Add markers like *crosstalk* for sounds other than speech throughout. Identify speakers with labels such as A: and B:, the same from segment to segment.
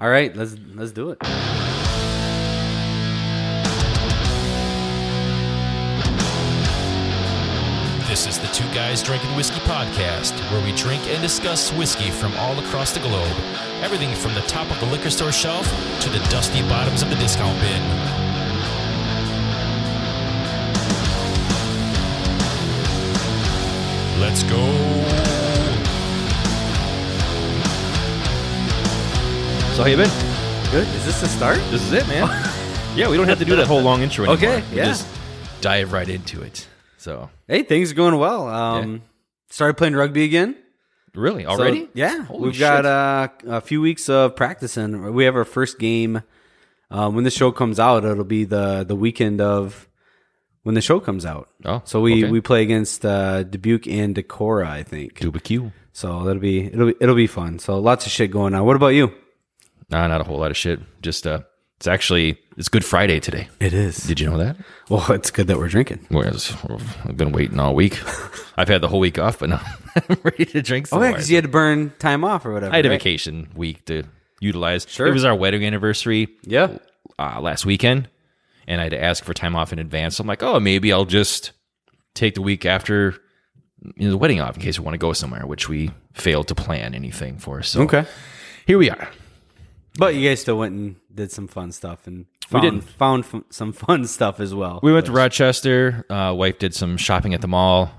A: All right, let's let's do it.
B: This is the Two Guys Drinking Whiskey podcast, where we drink and discuss whiskey from all across the globe. Everything from the top of the liquor store shelf to the dusty bottoms of the discount bin. Let's go.
C: So how you been?
A: Good. Is this the start?
C: This is it, man. *laughs* yeah, we don't have to do that whole long intro anymore.
A: Okay,
C: We
A: yeah.
C: Just dive right into it. So
A: Hey, things are going well. Um, started playing rugby again.
C: really,
A: So,
C: already?
A: yeah,
C: Holy
A: we've
C: shit.
A: got uh, a few weeks of practicing. We have our first game. Um, when the show comes out, it'll be the the weekend of when the show comes out.
C: Oh,
A: so we
C: okay.
A: we play against uh, Dubuque and Decorah, I think.
C: Dubacue.
A: So that'll be it'll be it'll be fun. So lots of shit going on. What about you?
C: Nah, not a whole lot of shit. Just uh, it's actually it's Good Friday today.
A: It is.
C: Did you know that?
A: Well, *laughs* it's good that we're drinking.
C: Well, it's- I've been waiting all week. *laughs* I've had the whole week off, but now *laughs* I'm ready to drink some
A: Oh yeah,
C: more.
A: because you had to burn time off or whatever.
C: I had a
A: right?
C: vacation week to utilize. Sure. It was our wedding anniversary
A: Yeah.
C: uh, last weekend, and I had to ask for time off in advance. I'm like, oh, maybe I'll just take the week after you know, the wedding off in case we want to go somewhere, which we failed to plan anything for. So
A: Okay.
C: here we are.
A: But you guys still went and did some fun stuff and found,
C: didn't.
A: found f- some fun *laughs* stuff as well.
C: We went to Rochester. Uh, wife did some shopping at the mall.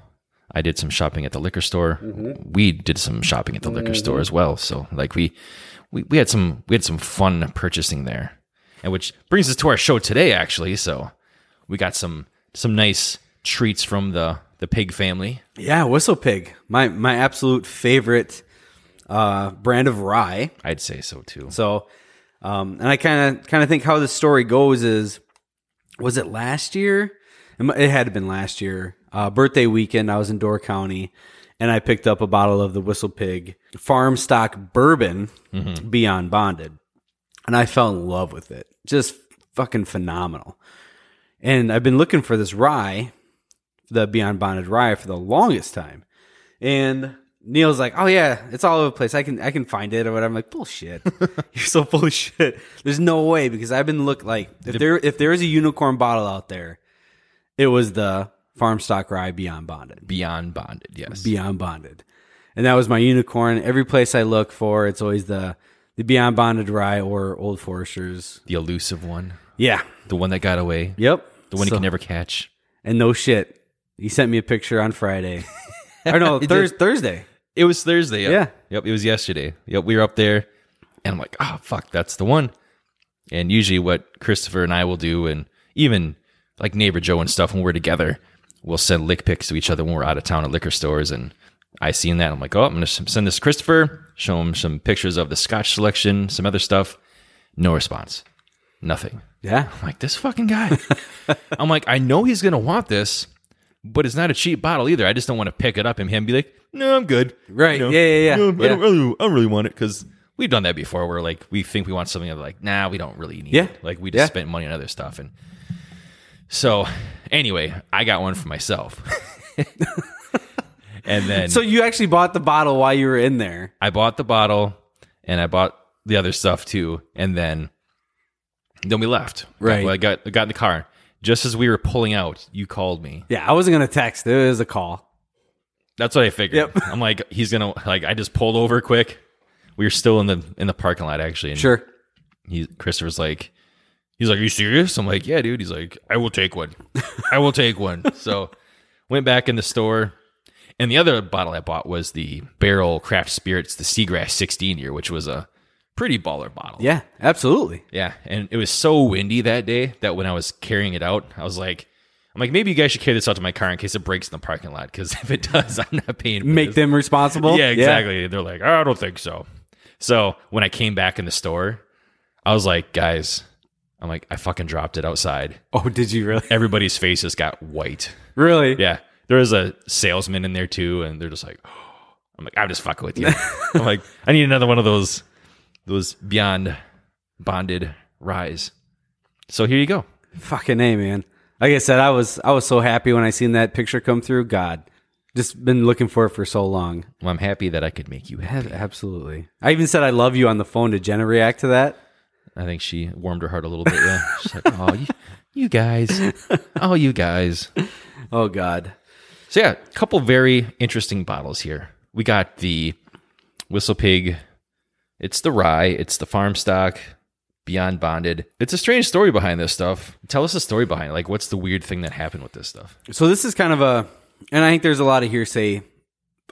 C: I did some shopping at the liquor store. We did some shopping at the liquor store as well. So like we, we we had some we had some fun purchasing there, and which brings us to our show today actually. So we got some some nice treats from the the pig family.
A: yeah, Whistle Pig, my my absolute favorite uh, brand of rye.
C: I'd say so too.
A: So, um, and I kind of kind of think how the story goes is, was it last year? It mu- It had been last year. Uh, birthday weekend, I was in Door County, and I picked up a bottle of the Whistle Pig Farm Stock Bourbon Beyond Bonded, and I fell in love with it. Just fucking phenomenal. And I've been looking for this rye, the Beyond Bonded rye, for the longest time. And Neil's like, "Oh yeah, it's all over the place. I can I can find it or whatever." I'm like, "Bullshit! *laughs* You're so full of shit. There's no way because I've been look like if there if there is a unicorn bottle out there, it was the farm stock rye Beyond Bonded,
C: Beyond bonded, yes.
A: Beyond Bonded, and that was my unicorn. Every place I look for, it's always the the Beyond Bonded rye or Old Foresters.
C: the elusive one,
A: Yeah,
C: the one that got away,
A: yep,
C: the one
A: So-
C: you can never catch.
A: and no shit. He sent me a picture on
C: *laughs*
A: Friday. or no,
C: He did.
A: Thurs Thursday.
C: It was Thursday. Yep.
A: Yeah.
C: Yep. It was yesterday. Yep. We were up there and I'm like, oh, fuck, that's the one. And usually what Christopher and I will do, and even like neighbor Joe and stuff, when we're together, we'll send lick pics to each other when we're out of town at liquor stores. And I seen that. I'm like, oh, I'm going to send this to Christopher, show him some pictures of the scotch selection, some other stuff. No response. Nothing.
A: Yeah,
C: I'm like, this
A: *laughs*
C: fucking guy. I'm like, I know he's gonna want this, but it's not a cheap bottle either. I just don't want to pick it up and him be like, no, I'm good.
A: Right.
C: You know,
A: Yeah, yeah, yeah.
C: you know,
A: Yeah.
C: I don't really, I don't really want it because we've done that before. Where like we think we want something, and like, nah, we don't really need
A: Yeah.
C: it. Like we just
A: Yeah.
C: spent money on other stuff. And so, anyway, I got one for myself.
A: *laughs*
C: and then
A: So you actually bought the bottle while you were in there.
C: I bought the bottle and I bought the other stuff too, and then then we left.
A: Right.
C: Well, I got I got in the car. Just as we were pulling out, you called me.
A: Yeah, I wasn't gonna text. It was a call.
C: That's what I figured.
A: Yep.
C: I'm like, he's gonna like. I just pulled over quick. We were still in the in the parking lot actually. And
A: Sure.
C: He Christopher's like, he's like, "Are you serious?" I'm like, "Yeah, dude." He's like, "I will take one. I will
A: *laughs*
C: take one." So went back in the store, and the other bottle I bought was the Barrel Craft Spirits, the Seagrass 16 year, which was a pretty baller bottle.
A: Yeah, absolutely.
C: Yeah, and it was so windy that day that when I was carrying it out, I was like, I'm like, maybe you guys should carry this out to my car in case it breaks in the parking lot. Because *laughs* if it does, I'm not paying. For
A: Make
C: this.
A: them responsible.
C: Yeah, exactly. They're like, I don't think so. So when I came back in the store, I was like, guys, I'm like, I fucking dropped it outside.
A: Oh, did you really? *laughs*
C: Everybody's faces got white.
A: Really?
C: Yeah, there was a salesman in there too, and they're just like, *gasps* I'm like, I'm just fucking with you. I'm like, I need another one of those, those beyond bonded rise. So here you go.
A: Fucking a man. Like I said, I was I was so happy when I seen that picture come through. God, Just been looking for it for so long.
C: Well, I'm happy that I could make you happy.
A: Ab- Absolutely. I even said I love you on the phone. Did Jenna react to that?
C: I think she warmed her heart a little bit. Yeah, she's like, "Oh, you, you guys, oh, you guys."
A: Oh God.
C: So yeah, a couple very interesting bottles here. We got the Whistle Pig. It's the rye. It's the farm stock. Beyond bonded. It's a strange story behind this stuff. Tell us the story behind it. Like, what's the weird thing that happened with this stuff?
A: So this is kind of a, and I think there's a lot of hearsay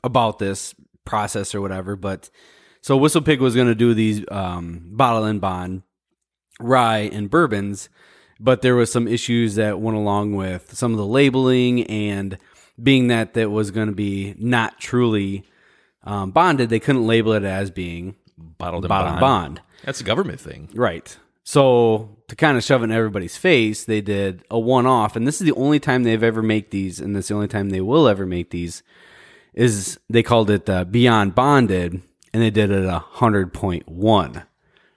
A: about this process or whatever. But so Whistle Pig was going to do these um, bottle and bond rye and bourbons, but there was some issues that went along with some of the labeling and being that that was going to be not truly um, bonded. They couldn't label it as being
C: Bottled and
A: bottle and
C: bond.
A: bond.
C: That's a government thing.
A: Right. So to kind of shove it in everybody's face, they did a one off, and this is the only time they've ever make these, and this is the only time they will ever make these. Is they called it uh, Beyond Bonded, and they did it a hundred point one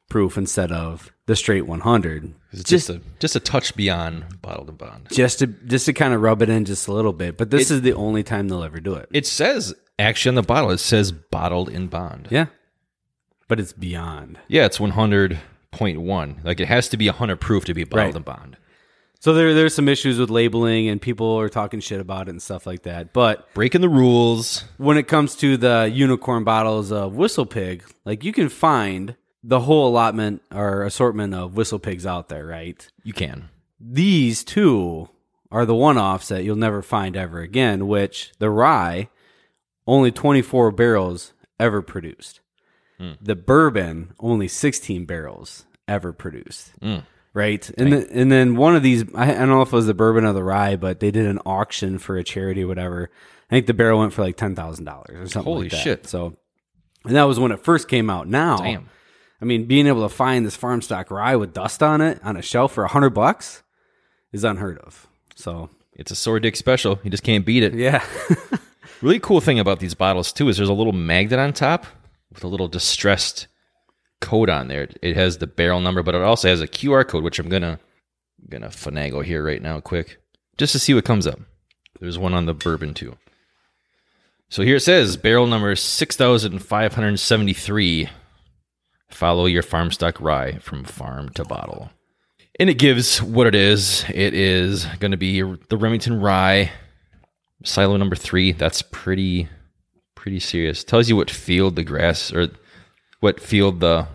A: proof instead of the straight one hundred,
C: It's just, a just a touch beyond bottled and bond.
A: just to just to kind of rub it in just a little bit. But this is the only time they'll ever do it.
C: It says actually on the bottle. It says bottled in bond.
A: yeah, but it's beyond.
C: Yeah, it's 100.1. Like it has to be 100 proof to be bottled
A: Right.
C: and bond.
A: So there there's some issues with labeling, and people are talking shit about it and stuff like that. But
C: Breaking the rules.
A: when it comes to the unicorn bottles of Whistle Pig, like you can find the whole allotment or assortment of Whistle Pigs out there, right?
C: You can.
A: These two are the one offs that you'll never find ever again, which the rye, only 24 barrels ever produced.
C: Hmm.
A: The bourbon, only 16 barrels ever produced.
C: Hmm.
A: Right, and the, and then one of these, I, I don't know if it was the bourbon or the rye, but they did an auction for a charity or whatever. I think the barrel went for like ten thousand dollars or something.
C: Holy
A: like that.
C: shit.
A: So, and that was when it first came out. Now,
C: Damn.
A: I mean, being able to find this farm stock rye with dust on it on a shelf for a hundred bucks is unheard of. So,
C: It's a sore dick special. You just can't beat it.
A: yeah, *laughs*
C: Really cool thing about these bottles too is there's a little magnet on top with a little distressed code on there. It has the barrel number, but it also has a QR code, which I'm gonna gonna finagle here right now, quick, just to see what comes up. There's one on the bourbon too. So here it says barrel number six thousand five hundred seventy three. Follow your farm stock rye from farm to bottle. And it gives what it is. It is going to be the Remington rye silo number three that's pretty pretty serious tells you what field the grass or what field the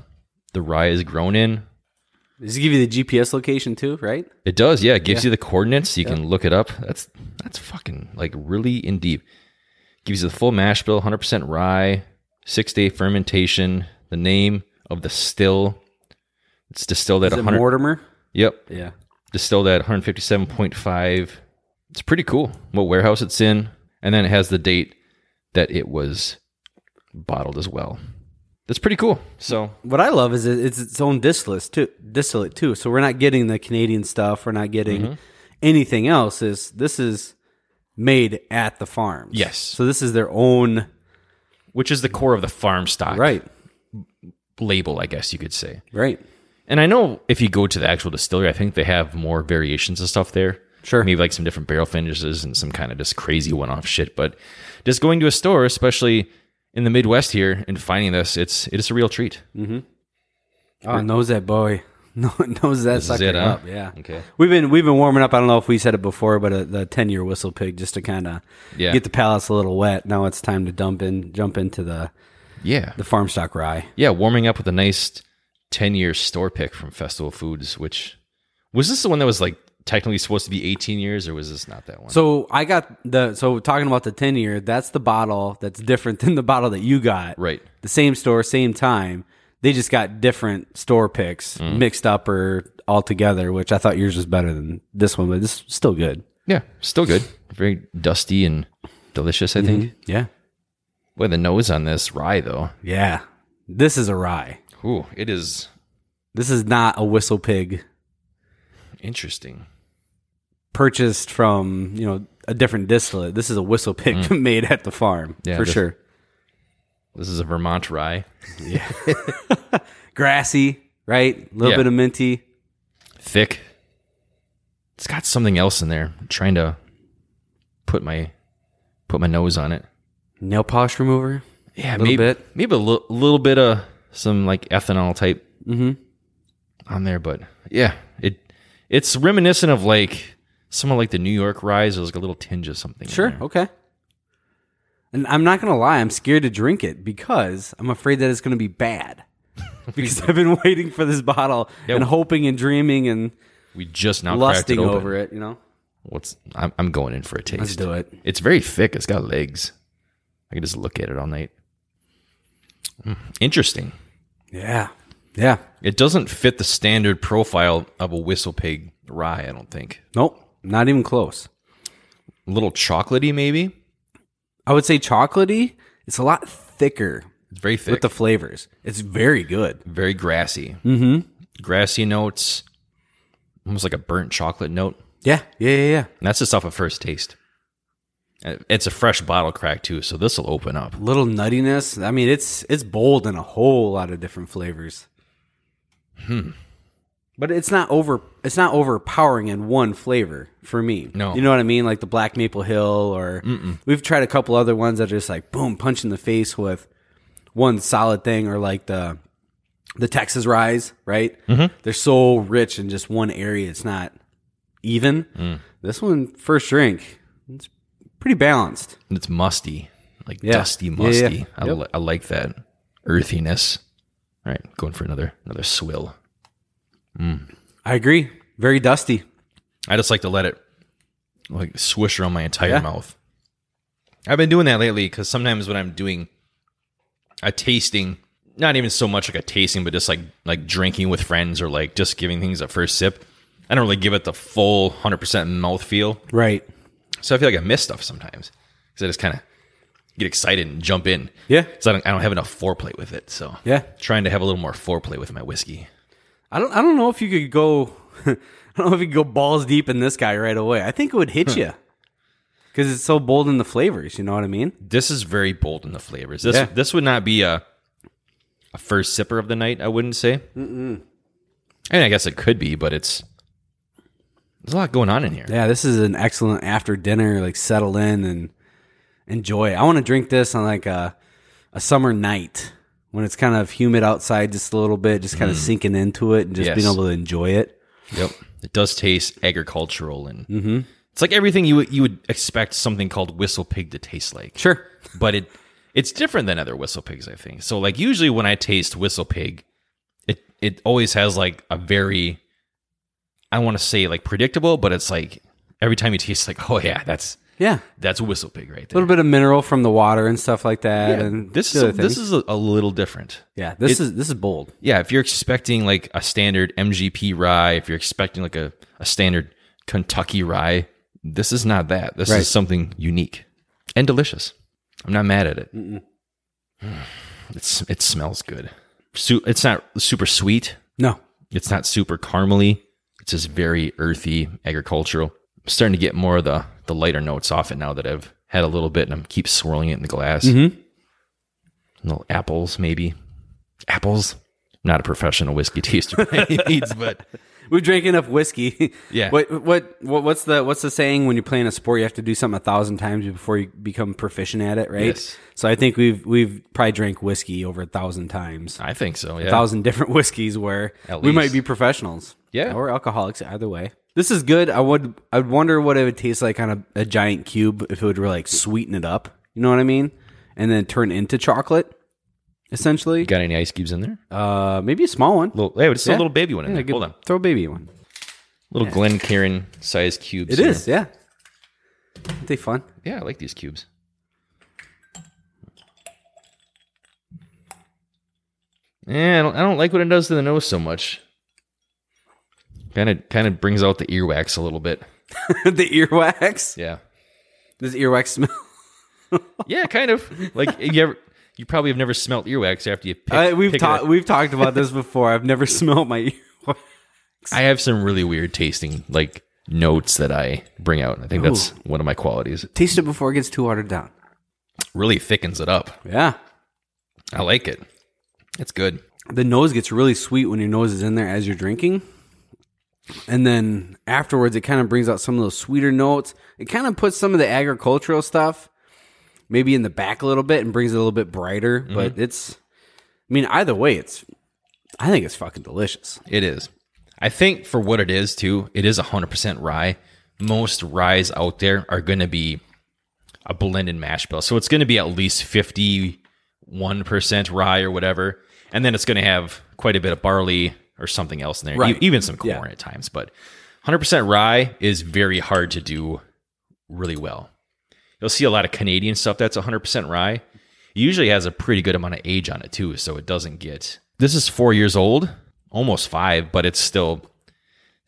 C: the rye is grown in
A: does it give you the GPS location too? Right?
C: it does yeah it gives you the coordinates you can look it up that's that's fucking like really in deep gives you the full mash bill 100% rye six day fermentation the name of the still it's distilled at
A: Is it
C: 100
A: Mortimer?
C: yep
A: Yeah.
C: distilled at 157.5. It's pretty cool what warehouse it's in. And then it has the date that it was bottled as well. That's pretty cool. So,
A: what I love is it, it's its own distillate too. Distillate too. So we're not getting the Canadian stuff. We're not getting anything else. Is this is made at the farms?
C: Yes.
A: So this is their own
C: which is the core of the farm stock
A: right,
C: label, I guess you could say.
A: right.
C: And I know if you go to the actual distillery, I think they have more variations of stuff there.
A: Sure.
C: Maybe like some different barrel finishes and some kind of just crazy one off shit. But just going to a store, especially in the Midwest here and finding this, it's it is a real treat.
A: Mm. Oh, knows that boy. *laughs* No, knows that
C: Ah. is
A: sucker
C: it, huh?
A: up. Yeah.
C: Okay.
A: We've been we've been warming up. I don't know if we said it before, but a, the ten year whistle pig just to kind of
C: Yeah.
A: get the palates a little wet. Now it's time to dump in, jump into the
C: Yeah.
A: the farm stock rye.
C: Yeah, warming up with a nice 10 year store pick from Festival Foods, which was this the one that was like technically supposed to be 18 years or was this not that one?
A: So I got the so talking about the ten year. That's the bottle that's different *laughs* than the bottle that you got.
C: right.
A: The same store, same time. They just got different store picks
C: Mm-hmm.
A: mixed up or all together, which I thought yours was better than this one, but this is still good.
C: Yeah, still good. Very dusty and delicious, I think.
A: Yeah,
C: Boy, the nose on this rye though.
A: yeah. This is a rye.
C: Ooh, it is
A: This is not a whistle pig
C: interesting.
A: purchased from you know a different distillate. This is a whistle pig *laughs* made at the farm
C: Mm. Yeah,
A: for
C: this-
A: sure.
C: This is a Vermont rye.
A: Grassy, right? A little
C: Yeah.
A: bit of minty.
C: Thick. It's got something else in there. I'm trying to put my Put my nose on it.
A: Nail polish remover.
C: Yeah,
A: Little
C: maybe
A: bit.
C: maybe a li- little bit of some like ethanol type
A: Mm-hmm.
C: on there, but yeah, it it's reminiscent of like somewhat like the New York rise. It was like a little tinge of something. in
A: Sure.
C: there.
A: Okay. And I'm not gonna lie, I'm scared to drink it because I'm afraid that it's gonna be
C: *laughs*
A: bad. because I've been waiting for this bottle and hoping and dreaming and
C: we just now cracked it
A: lusting
C: open.
A: over it. You know.
C: What's I'm, I'm going in for a taste.
A: Let's do it.
C: It's very thick. It's got legs. I can just look at it all night. Mm, Interesting.
A: Yeah. Yeah.
C: It doesn't fit the standard profile of a whistle pig rye. I don't think.
A: Nope. Not even close.
C: A little chocolatey, maybe.
A: I would say chocolatey. It's a lot thicker
C: It's very thick.
A: with the flavors. It's very good.
C: very grassy. Mm-hmm. Grassy notes, almost like a burnt chocolate note.
A: Yeah. Yeah. Yeah. Yeah.
C: And that's just off a first taste. Uh, It's a fresh bottle crack too, so this will open up.
A: Little nuttiness. I mean, it's it's bold in a whole lot of different flavors. Hmm. But it's not over. It's not overpowering in one flavor for me.
C: No.
A: You know what I mean? Like the Black Maple Hill, or we've tried a couple other ones that are just like boom, punch in the face with one solid thing, or like the the Texas Rise, right? They're so rich in just one area. It's not even. This one, first drink, it's pretty balanced.
C: And It's musty, like
A: Yeah.
C: dusty,
A: Yeah,
C: musty.
A: yeah.
C: I,
A: Yep.
C: li- I like that earthiness. All right, going for another another swill.
A: I agree. Very dusty.
C: I just like to let it like swish around my entire
A: Yeah.
C: mouth. I've been doing that lately because sometimes when I'm doing a tasting, not even so much like a tasting, but just like like drinking with friends or like just giving things a first sip, I don't really give it the full hundred percent mouth feel.
A: Right.
C: So I feel like I miss stuff sometimes because I just kind of get excited and jump in.
A: Yeah.
C: So I don't, I don't have enough foreplay with it. So
A: Yeah.
C: trying to have a little more foreplay with my whiskey.
A: I don't. I don't know if you could go. *laughs* I don't know if you could go balls deep in this guy right away. I think it would hit you because it's so bold in the flavors. You know what I mean?
C: this is very bold in the flavors. This
A: Yeah.
C: this would not be a a first sipper of the night. I wouldn't say. Mm-mm. I mean, I guess it could be, but it's there's a lot going on in here.
A: Yeah. This is an excellent after dinner. Like settle in and enjoy. I want to drink this on like a a summer night when it's kind of humid outside, just a little bit, just kind of sinking into it and just
C: Yes.
A: being able to enjoy it.
C: Yep, it does taste agricultural and
A: Mm-hmm.
C: it's like everything you would- you would expect something called whistle pig to taste like.
A: Sure.
C: but it it's different than other whistle pigs, I think. So like usually when I taste whistle pig, it it always has like a very I want to say like predictable, but it's like every time you taste like, *laughs* oh yeah, that's
A: Yeah.
C: That's a whistle pig right
A: A
C: there.
A: little bit of mineral from the water and stuff like that. and
C: this
A: the
C: is a,
A: other
C: this
A: things.
C: is a, a little different.
A: yeah. This is this is bold.
C: Yeah, if you're expecting like a standard MGP rye, if you're expecting like a, a standard Kentucky rye, this is not that. This
A: Right.
C: is something unique and delicious. I'm not mad at it. *sighs* It's it smells good. Su- it's not super sweet.
A: No.
C: It's not super caramely. It's just very earthy, agricultural. I'm starting to get more of the the lighter notes off it now that I've had a little bit and I'm keep swirling it in the glass.
A: Mm-hmm.
C: Little apples, maybe. Apples. Not a professional whiskey *laughs* taster by any means, but
A: We've drank enough whiskey. *laughs*
C: Yeah.
A: What, what what what's the what's the saying when you're playing a sport you have to do something a thousand times before you become proficient at it, right?
C: Yes.
A: So I think we've we've probably drank whiskey over a thousand times.
C: I think so.
A: A
C: Yeah.
A: thousand different *laughs* whiskeys where
C: At
A: we might
C: least.
A: be professionals.
C: Yeah.
A: Or alcoholics either way. This is good. I would I'd wonder what it would taste like on a, a giant cube if it would really like sweeten it up. You know what I mean? And then turn into chocolate, essentially.
C: Got any ice cubes in there?
A: Uh maybe a small one.
C: Little, hey, it's
A: Yeah.
C: a little baby one in
A: Yeah,
C: there.
A: good-
C: Hold on.
A: Throw a baby one.
C: Little Glencairn size cubes.
A: It is, yeah. Aren't they fun? *laughs*
C: Yeah, I like these cubes. Yeah, I don't, I don't like what it does to the nose so much. Kind of, kind of brings out the earwax a little bit.
A: the earwax.
C: Yeah,
A: Does earwax *laughs* smell?
C: yeah, kind of. Like you ever, you probably have never smelt earwax after you. Pick,
A: Uh, we've
C: pick it
A: talked
C: up.
A: we've talked about this before. I've never *laughs* smelled my earwax.
C: I have some really weird tasting like notes that I bring out. I think that's one of my qualities. It
A: Taste it before it gets too watered down.
C: really thickens it up.
A: Yeah,
C: I like it. It's good.
A: the nose gets really sweet when your nose is in there as you're drinking, and then afterwards it kind of brings out some of those sweeter notes. It kind of puts some of the agricultural stuff maybe in the back a little bit and brings it a little bit brighter. But it's, I mean, either way, it's, I think it's fucking delicious.
C: It is. I think for what it is too, it is 100% rye. Most ryes out there are going to be a blended mash bill. So it's going to be at least 51% rye or whatever. And then it's going to have quite a bit of barley or something else in there,
A: Right.
C: e- even some corn
A: Yeah.
C: at times, but 100% rye is very hard to do really well. You'll see a lot of Canadian stuff that's 100% rye. It usually has a pretty good amount of age on it too, so it doesn't get. This is 4 years old, almost 5, but it's still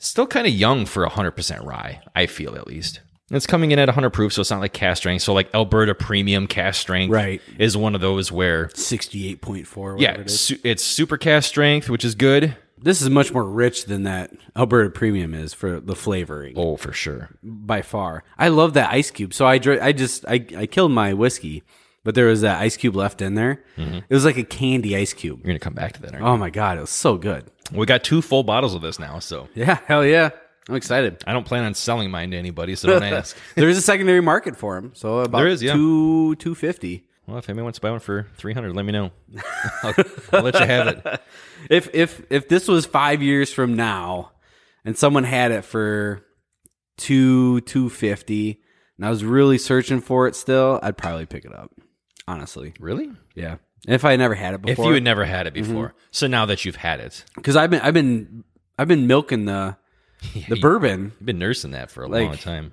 C: still kind of young for 100% rye, I feel at least. And It's coming in at 100 proof, so it's not like cast strength. So like Alberta premium cast strength
A: Right.
C: is one of those where
A: 68.4.
C: yeah,
A: Whatever it is.
C: su- it's super cast strength, which is good.
A: This is much more rich than that Alberta Premium is for the flavoring.
C: Oh, for sure.
A: by far. I love that ice cube. So I dr- I just I, I killed my whiskey, but there was that ice cube left in there. It was like a candy ice cube.
C: You're going to come back to that. Aren't you?
A: Oh my god, it was so good.
C: We got two full bottles of this now, so
A: Yeah, hell yeah. I'm excited.
C: I don't plan on selling mine to anybody, so
A: *laughs*
C: don't ask.
A: there is a secondary market for them. So about
C: There is, yeah.
A: two two fifty.
C: Well, if anyone wants to buy one for 300, let me know. *laughs* I'll, I'll let you have it.
A: *laughs* If if if this was five years from now, and someone had it for two two fifty, and I was really searching for it still, I'd probably pick it up. Honestly,
C: Really?
A: yeah. If I never had it
C: If
A: before, Mm-hmm.
C: you had never had it before. So now that you've had it,
A: because I've been I've been I've been milking
C: *laughs*
A: the the
C: you-
A: bourbon.
C: you've been nursing that for a
A: Like-
C: long time.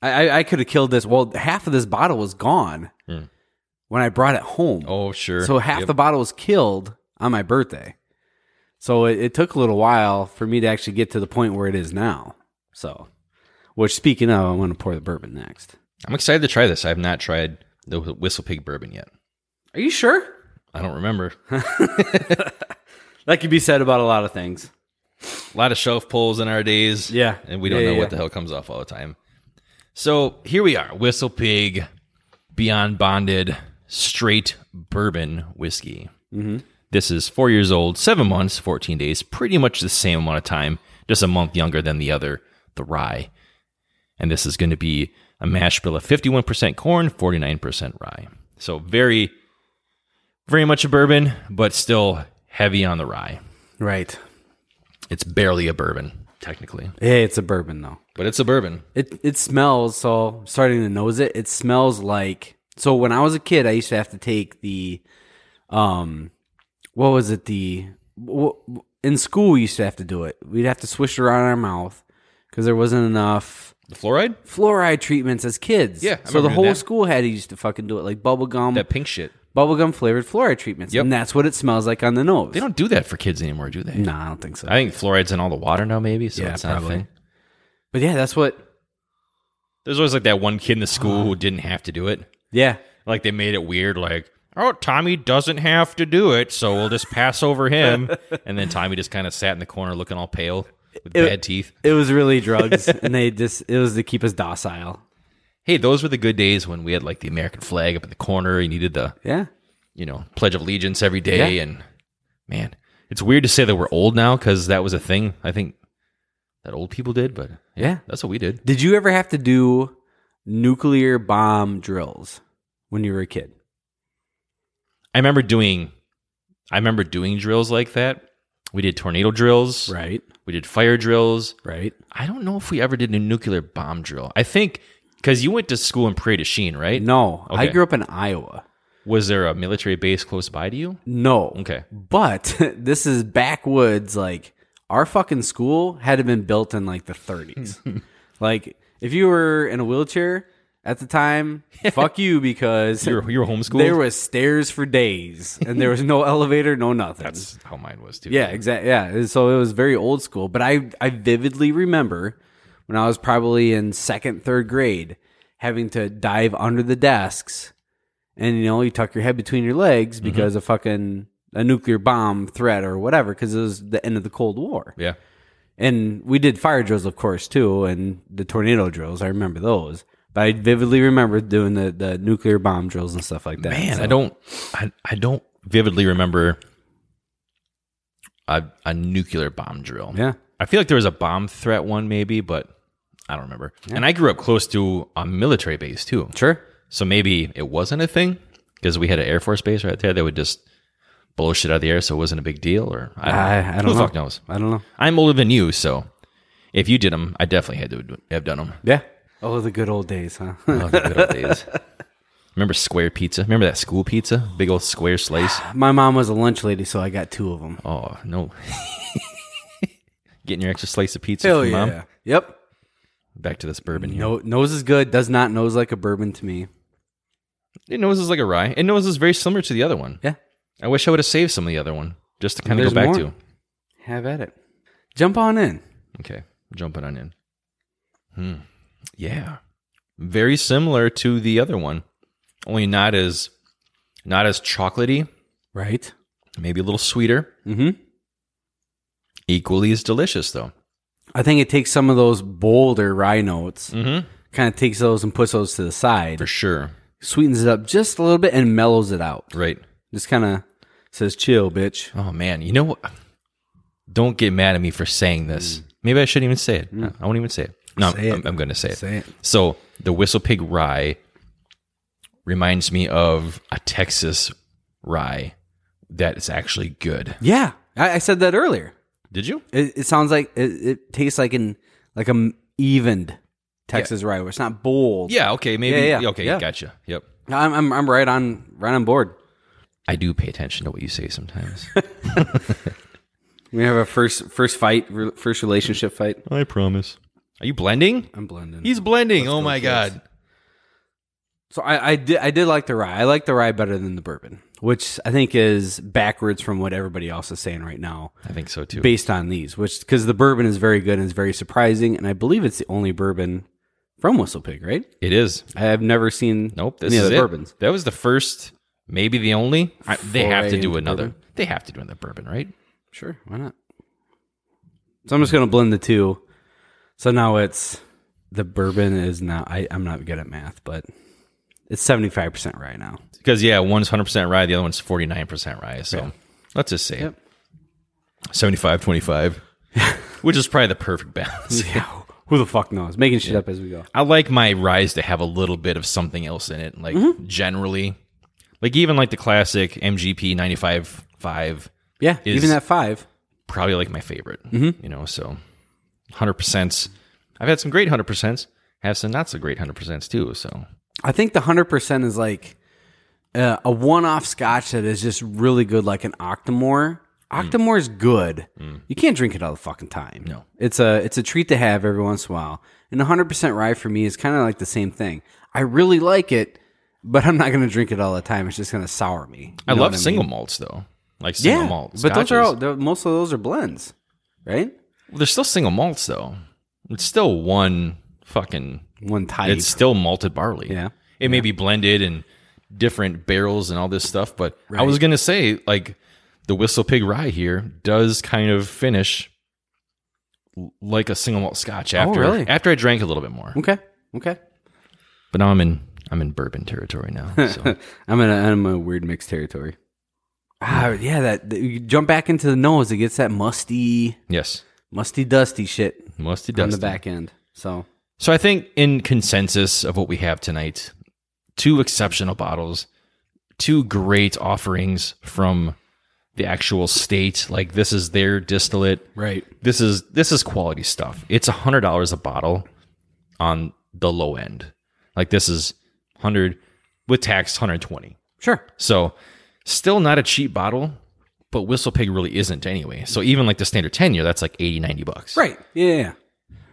A: I I, I could have killed this. Well, half of this bottle was gone
C: Hmm.
A: when I brought it home.
C: Oh, sure.
A: so half
C: Yep.
A: the bottle was killed on my birthday. So it, it took a little while for me to actually get to the point where it is now. So, which speaking of, I want to pour the bourbon next.
C: I'm excited to try this. I have not tried the Wh- Whistle Pig bourbon yet.
A: Are you sure?
C: I don't remember.
A: That could be said about a lot of things.
C: a lot of shelf pulls in our days.
A: Yeah.
C: And we don't
A: Yeah,
C: know
A: yeah, yeah.
C: what the hell comes off all the time. So here we are Whistle Pig Beyond Bonded Straight Bourbon Whiskey.
A: Mm-hmm.
C: This is four years old, seven months, 14 days, pretty much the same amount of time, just a month younger than the other, the rye. And this is going to be a mash bill of 51% corn, 49% rye. So very, very much a bourbon, but still heavy on the rye.
A: Right.
C: It's barely a bourbon, technically,
A: Hey, it's a bourbon though.
C: but it's a bourbon.
A: It it smells so I'm starting to nose it. It smells like so when I was a kid, I used to have to take the, um, what was it the wh- in school we used to have to do it. We'd have to swish it around in our mouth because there wasn't enough
C: The fluoride,
A: fluoride treatments as kids.
C: Yeah, I
A: so the
C: remember
A: whole
C: that.
A: school had used to fucking do it like bubble gum,
C: that pink shit.
A: bubble gum flavored fluoride treatments,
C: Yep.
A: and that's what it smells like on the nose.
C: They don't do that for kids anymore, do they?
A: No, I don't think so.
C: I think fluoride's in all the water now, maybe. So
A: Yeah,
C: it's not
A: probably.
C: a thing.
A: but yeah, that's what.
C: There's always like that one kid in the school who didn't have to do it.
A: Yeah,
C: Like they made it weird, like, oh, Tommy doesn't have to do it, so we'll just pass over *laughs* him. and then Tommy just kind of sat in the corner looking all pale with
A: It-
C: bad teeth.
A: it was really drugs, *laughs* and they just it was to keep us docile.
C: Hey, those were the good days when we had like the American flag up in the corner. You needed the
A: Yeah.
C: you know, Pledge of Allegiance every day.
A: Yeah.
C: And man, it's weird to say that we're old now because that was a thing I think that old people did, but
A: Yeah.
C: that's what we did.
A: Did you ever have to do nuclear bomb drills when you were a kid?
C: I remember doing, I remember doing drills like that. We did tornado drills,
A: Right.
C: we did fire drills.
A: Right.
C: I don't know if we ever did a nuclear bomb drill. I think because you went to school in Prairie du Chien, right?
A: No, I
C: Okay.
A: grew up in Iowa.
C: Was there a military base close by to you?
A: No.
C: Okay.
A: But *laughs* this is backwoods. Like our fucking school had been built in like the
C: *laughs*
A: 30s. like if you were in a wheelchair at the
C: *laughs*
A: time, fuck you because
C: You were, you were homeschooled?
A: there was stairs for days and there was no elevator, no nothing.
C: That's how mine was too.
A: Yeah, exactly. Yeah, and so it was very old school. But I I vividly remember when I was probably in second, third grade, having to dive under the desks, and you know you tuck your head between your legs because a fucking a nuclear bomb threat or whatever because it was the end of the Cold War.
C: Yeah.
A: And we did fire drills, of course, too, and the tornado drills. I remember those. But I vividly remember doing the, the nuclear bomb drills and stuff like that.
C: Man, I
A: So-
C: don't, I, I don't vividly remember a, a nuclear bomb drill.
A: Yeah.
C: I feel like there was a bomb threat one maybe, but I don't remember. And I grew up close to a military base too.
A: Sure.
C: So maybe it wasn't a thing because we had an Air Force base right there that would just blow shit out of the air, so it wasn't a big deal. Or I
A: I,
C: don't, know.
A: I don't
C: Who
A: know.
C: the fuck knows?
A: I don't know.
C: I'm older than you, so if you did them, I definitely had to have done them.
A: Yeah. Oh, the good old days, huh? *laughs*
C: Oh, the good old days. Remember square pizza? Remember that school pizza? Big old square slice.
A: My mom was a lunch lady, so I got two of them.
C: Oh no! *laughs* Getting your extra slice of pizza from mom.
A: Yep.
C: Back to this bourbon here.
A: No, nose is good. Does not nose like a bourbon to me.
C: It nose is like a rye. It nose is very similar to the other one.
A: Yeah.
C: I wish I would have saved some of the other one just to kind of
A: There's
C: go back
A: more?
C: to.
A: Have at it. Jump on in.
C: Okay, jumping on in. Hmm. Yeah, very similar to the other one, only not as not as chocolatey.
A: Right.
C: Maybe a little sweeter.
A: Mm-hmm.
C: Equally as delicious though.
A: I think it takes some of those bolder rye notes,
C: Mm-hmm.
A: kind of takes those and puts those to the side,
C: For sure.
A: sweetens it up just a little bit and mellows it out.
C: Right.
A: Just kind of says, "Chill, bitch."
C: Oh man, you know what? Don't get mad at me for saying this. Maybe I shouldn't even say it. I won't even say it. No,
A: Mm. Say
C: I'm,
A: it.
C: I'm going to say it.
A: Say it.
C: So the Whistle Pig rye reminds me of a Texas rye that is actually good.
A: Yeah, I, I said that earlier.
C: Did you?
A: It, it sounds like it, it tastes like an like a m- evened Texas rye, where it's not bold.
C: Yeah. Okay. Maybe.
A: Yeah, yeah,
C: okay.
A: yeah.
C: Gotcha. Yep.
A: I'm, I'm I'm right on right on board.
C: I do pay attention to what you
A: *laughs*
C: say sometimes.
A: We have a first first fight, re- first relationship fight.
C: I promise. Are you blending?
A: I'm blending.
C: He's blending. oh my
A: kids.
C: god.
A: so I, I did I did like the rye. I like the rye better than the bourbon, which I think is backwards from what everybody else is saying right now.
C: I think so too.
A: Based on these, which because the bourbon is very good and is very surprising, and I believe it's the only bourbon from Whistle Pig, right?
C: it is.
A: I have never seen
C: Nope. This
A: any
C: is
A: other
C: it.
A: bourbons.
C: That was the first, maybe the only. I, they have to
A: Foray
C: do
A: into
C: another.
A: bourbon.
C: They have to do another bourbon, right?
A: Sure, why not? So I'm just gonna blend the two. So now it's the bourbon is now I, I'm not good at math, but it's seventy five percent rye now.
C: Because yeah, one's hundred percent rye, the other one's forty nine percent rye. So let's just say
A: Yep.
C: 75,
A: *laughs*
C: 25, which is probably the perfect balance.
A: Yeah. *laughs* Who the fuck knows? Making shit up as we go.
C: I like my rise to have a little bit of something else in it, like
A: Mm-hmm.
C: generally, like even like the classic MGP ninety five five,
A: Yeah.
C: Is-
A: even at five.
C: probably like my favorite.
A: Mm-hmm.
C: You know, so hundred percent. I've had some great hundred percents. Have some not so great hundred percents too. So
A: I think the hundred percent is like uh, a one-off scotch that is just really good, like an Octomore. Octomore is good. You can't drink it all the fucking time.
C: Mm. No.
A: it's a it's a treat to have every once in a while. And hundred percent rye for me is kind of like the same thing. I really like it, but I'm not going to drink it all the time. It's just going to sour me. You
C: I
A: know
C: love
A: what mean?
C: single malts though, like single
A: yeah,
C: malt.
A: but those are
C: scotches.
A: all they're- most of those are blends, right?
C: Well, they're still single malts though. It's still one fucking.
A: One type.
C: It's still malted barley.
A: Yeah.
C: it may be blended in different barrels and all this stuff, but I was gonna say like the Whistle Pig Rye here does kind of finish l- like a single malt Scotch after
A: Oh, really?
C: after I drank a little bit more.
A: okay. Okay.
C: But now I'm in I'm in bourbon territory now. So.
A: *laughs* I'm in a, I'm in a weird mixed territory. Ah, yeah, that, that- you jump back into the nose, it gets that musty,
C: yes,
A: musty, dusty shit
C: musty
A: on the
C: dusty.
A: back end. So
C: So I think in consensus of what we have tonight, two exceptional bottles, two great offerings from the actual state. Like this is their distillate.
A: right,
C: This is this is quality stuff. It's hundred dollars a bottle on the low end. Like this is hundred with tax, hundred twenty.
A: sure,
C: So still not a cheap bottle, but Whistle Pig really isn't anyway. So even like the standard 10 year, that's like 80, 90 bucks.
A: right, yeah. yeah.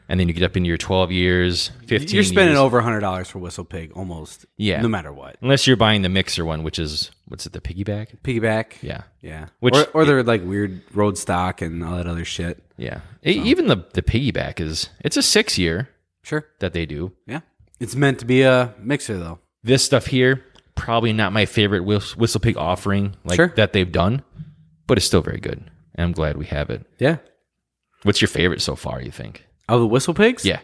C: And then you get up into your 12 years, 15
A: You're spending
C: years.
A: over a hundred dollars for Whistle Pig almost,
C: Yeah.
A: no matter what.
C: Unless you're buying the mixer one, which is what's it, the piggyback?
A: Piggyback,
C: Yeah.
A: yeah.
C: Which-
A: or, or they're like weird road stock and all that other shit.
C: Yeah. E- even the the piggyback is it's a six year
A: Sure,
C: that they do.
A: yeah. It's meant to be a mixer though.
C: This stuff here, probably not my favorite whis- whistle pig offering like
A: Sure.
C: that they've done, but it's still very good. And I'm glad we have it.
A: Yeah,
C: What's your favorite so far, you think?
A: of the Whistle Pigs,
C: Yeah.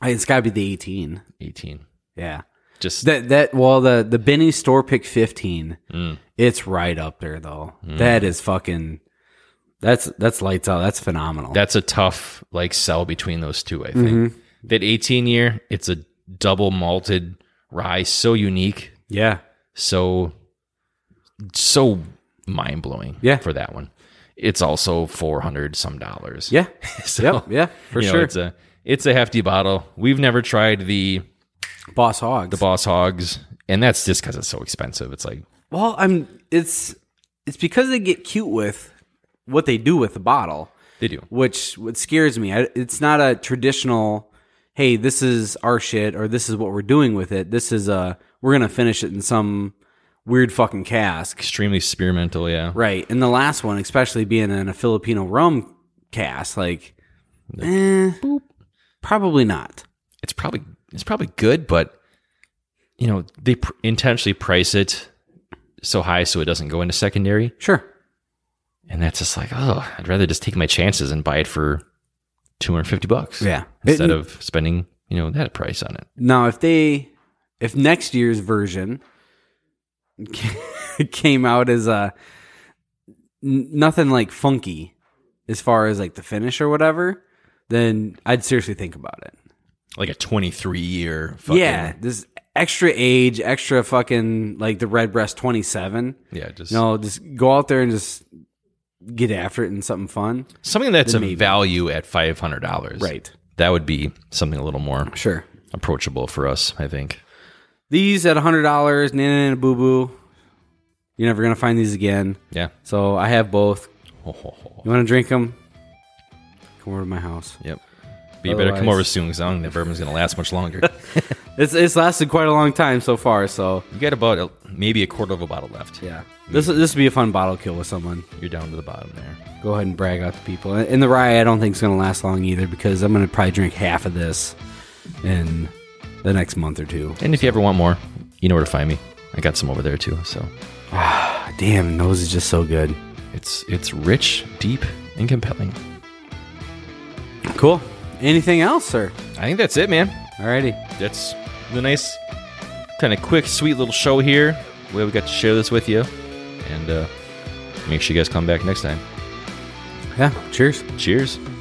A: I- it's got to be the eighteen.
C: Eighteen.
A: Yeah,
C: Just
A: That that well the the Benny store pick fifteen,
C: Mm.
A: it's right up there though. That is fucking. That's that's lights out. That's phenomenal.
C: that's a tough
A: Mm-hmm.
C: like sell between those two, I think. That eighteen year, it's a double malted rye so unique,
A: Yeah.
C: so so mind blowing.
A: Yeah.
C: for that one, it's also four hundred some dollars.
A: Yeah.
C: *laughs* so,
A: yep. Yeah. For
C: you know,
A: sure.
C: it's a it's a hefty bottle. We've never tried the
A: Boss Hogs.
C: the Boss Hogs, and that's just because it's so expensive. It's like
A: well, I'm. It's it's because they get cute with what they do with the bottle,
C: they do.
A: which what scares me. I, it's not a traditional. Hey, this is our shit, or this is what we're doing with it. This is a we're gonna finish it in some weird fucking cask.
C: Extremely experimental, yeah.
A: Right. And the last one, especially being in a Filipino rum cast, like, eh, probably not.
C: It's probably it's probably good, but you know they pr- intentionally price it so high so it doesn't go into secondary,
A: Sure.
C: and that's just like oh, I'd rather just take my chances and buy it for two hundred fifty bucks,
A: Yeah.
C: instead of spending you know that price on it.
A: Now, if they, if next year's version *laughs* came out as a n- nothing like funky as far as like the finish or whatever, then I'd seriously think about it.
C: Like a twenty three year, fucking,
A: Yeah. This extra age, extra fucking like the Redbreast 27.
C: yeah, just
A: No, just go out there and just get after it in something fun.
C: something that's a
A: maybe.
C: value at five hundred dollars,
A: Right.
C: That would be something a little more
A: Sure.
C: approachable for us, I think.
A: These at hundred dollars, nana nana boo boo. You're never gonna find these again.
C: Yeah. *laughs*
A: So I have both. You want to drink them? Come over to my house.
C: Yep. But you better come
A: Otherwise-
C: over soon because I don't think the bourbon's going to last much longer.
A: *laughs* It's it's lasted quite a long time so far. So
C: you got about a, maybe a quarter of a bottle left.
A: yeah, this this would be a fun bottle kill with someone.
C: You're down to the bottom there.
A: Go ahead and brag out to people. And and the rye, I don't think is gonna last long either because I'm gonna probably drink half of this in the next month or two.
C: And if you ever want more, you know where to find me. I got some over there too. So
A: Damn, nose is just so good.
C: it's it's rich, deep, and compelling.
A: Cool. Anything else, sir?
C: I think that's it, man.
A: Alrighty.
C: That's the nice, kind of quick, sweet little show here. We we got to share this with you. And uh, make sure you guys come back next time.
A: Yeah. Cheers.
C: Cheers.